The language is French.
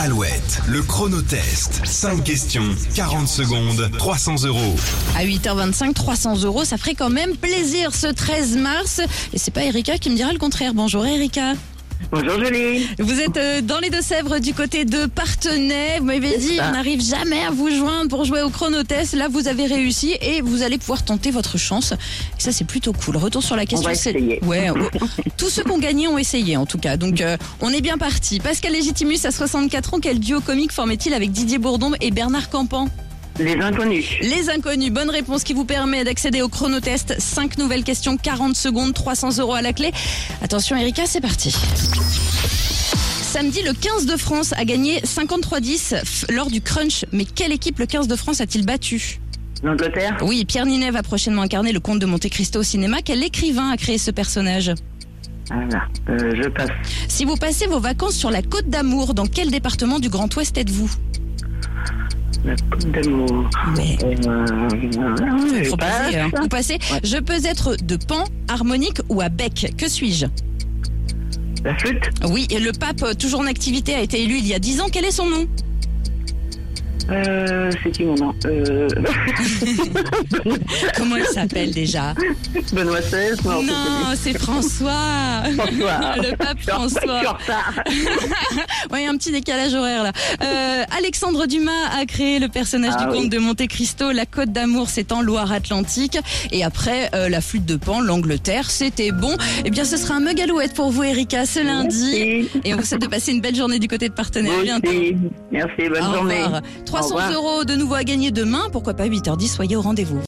Alouette, le chronotest. 5 questions, 40 secondes, 300 euros. À 8h25, 300 euros, ça ferait quand même plaisir ce 13 mars. Et c'est pas Erika qui me dira le contraire. Bonjour Erika. Bonjour Julie. Vous êtes euh, dans les Deux-Sèvres du côté de Partenay. Vous m'avez dit, ça. on n'arrive jamais à vous joindre pour jouer au chronotest. Là, vous avez réussi et vous allez pouvoir tenter votre chance. Et ça, c'est plutôt cool. Retour sur la question. va c'est- essayer. Ouais, oh, tous ceux qui ont gagné ont essayé, en tout cas. Donc, euh, on est bien parti. Pascal Légitimus, à 64 ans, quel duo comique formait-il avec Didier Bourdon et Bernard Campan Les inconnus. Les inconnus, bonne réponse qui vous permet d'accéder au chronotest. 5 nouvelles questions, 40 secondes, 300 euros à la clé. Attention Erika, c'est parti. Samedi, le 15 de France a gagné 53-10 f- lors du crunch. Mais quelle équipe le 15 de France a-t-il battu L'Angleterre. Oui, Pierre Ninet va prochainement incarner le comte de Monte Cristo au cinéma. Quel écrivain a créé ce personnage Voilà. Euh, je passe. Si vous passez vos vacances sur la côte d'Amour, dans quel département du Grand Ouest êtes-vous La coupe d'amour. Ouais. Euh, euh, je Faut passe. peser, hein. Vous passez. Je peux être de pan, harmonique ou à bec. Que suis-je La flûte. Oui, et le pape, euh, toujours en activité, a été élu il y a 10 ans. Quel est son nom Euh, c'est qui mon nom euh... Comment il s'appelle déjà Benoît XVI. Non. Ah, Non, c'est François François. Le pape Je suis en François. retard. Oui, un petit décalage horaire là. Euh, Alexandre Dumas a créé le personnage Ah du oui. comte de Monte Cristo. La Côte d'Amour, c'est en Loire-Atlantique. Et après, euh, la flûte de Pan, l'Angleterre, c'était bon. Eh bien, ce sera un mug alouette pour vous, Erika, ce lundi. Merci. Et on vous souhaite de passer une belle journée du côté de Vous Partenaire. À bientôt. aussi. Merci. Bonne Au journée. revoir. Au 300 revoir. euros de nouveau à gagner demain. Pourquoi pas 8h10 Soyez au rendez-vous.